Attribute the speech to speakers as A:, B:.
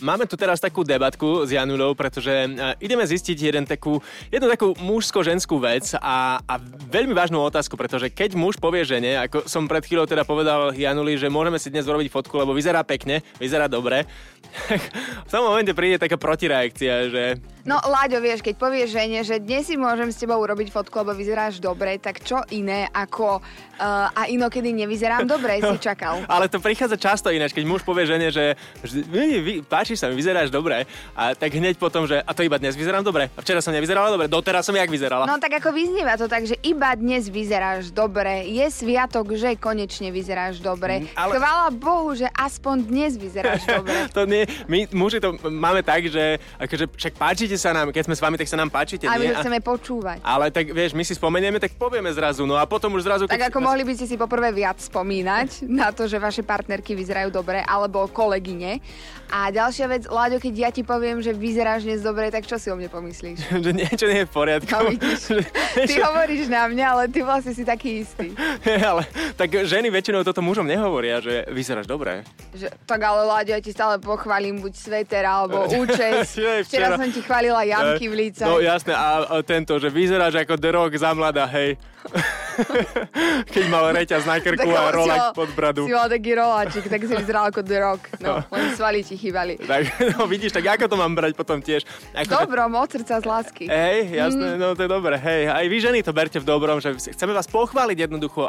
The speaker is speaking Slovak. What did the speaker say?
A: Máme tu teraz takú debatku s Janulou, pretože e, ideme zistiť jeden takú, jednu takú mužsko-ženskú vec a, a veľmi vážnu otázku, pretože keď muž povie žene, ako som pred chvíľou teda povedal Januli, že môžeme si dnes urobiť fotku, lebo vyzerá pekne, vyzerá dobre, tak v tom momente príde taká protireakcia, že
B: No, Láďo, vieš, keď povieš žene, že dnes si môžem s tebou urobiť fotku, lebo vyzeráš dobre, tak čo iné ako uh, a inokedy nevyzerám dobre, si čakal.
A: Ale to prichádza často ináč, keď muž povie žene, že vždy- vy, vy, páči sa mi, vyzeráš dobre, a tak hneď potom, že a to iba dnes vyzerám dobre, a včera som nevyzerala dobre, doteraz som jak vyzerala.
B: No tak ako vyznieva to tak, že iba dnes vyzeráš dobre, je sviatok, že konečne vyzeráš dobre.
A: Mm, ale-
B: Chvála Bohu, že aspoň dnes vyzeráš dobre.
A: To nie, my muži to máme tak, že akože, však páčite sa nám, keď sme s vami, tak sa nám páčite,
B: A my
A: nie?
B: ju chceme počúvať.
A: Ale tak vieš, my si spomenieme, tak povieme zrazu, no a potom už zrazu...
B: Tak ako mohli by ste si poprvé viac spomínať na to, že vaše partnerky vyzerajú dobre, alebo kolegyne. A ďalšia vec, Láďo, keď ja ti poviem, že vyzeráš dnes dobre, tak čo si o mne pomyslíš?
A: že niečo nie je v poriadku.
B: No vidíš, ty
A: Niečo-
B: hovoríš na mňa, ale ty vlastne si taký istý.
A: ale tak ženy väčšinou toto mužom nehovoria, že vyzeráš dobre.
B: Že, tak ale Láďo, ja ti stále pochválim buď sveter alebo účes.
A: Jej,
B: Včera
A: včera.
B: som ti chválila jamky v líca.
A: No jasné, a, a tento, že vyzeráš ako The Rock za mladá, hej. Keď mal reťaz na krku a rolak pod bradu.
B: Si mal taký roláčik, tak si vyzeral ako The Rock. No, len svaly ti chýbali.
A: Tak, no vidíš, tak ako to mám brať potom tiež? Ako,
B: Dobrom, od srdca z lásky.
A: Hej, jasné, no to je dobré, hej. Aj vy ženy to berte v dobrom, že chceme vás pochváliť jednoducho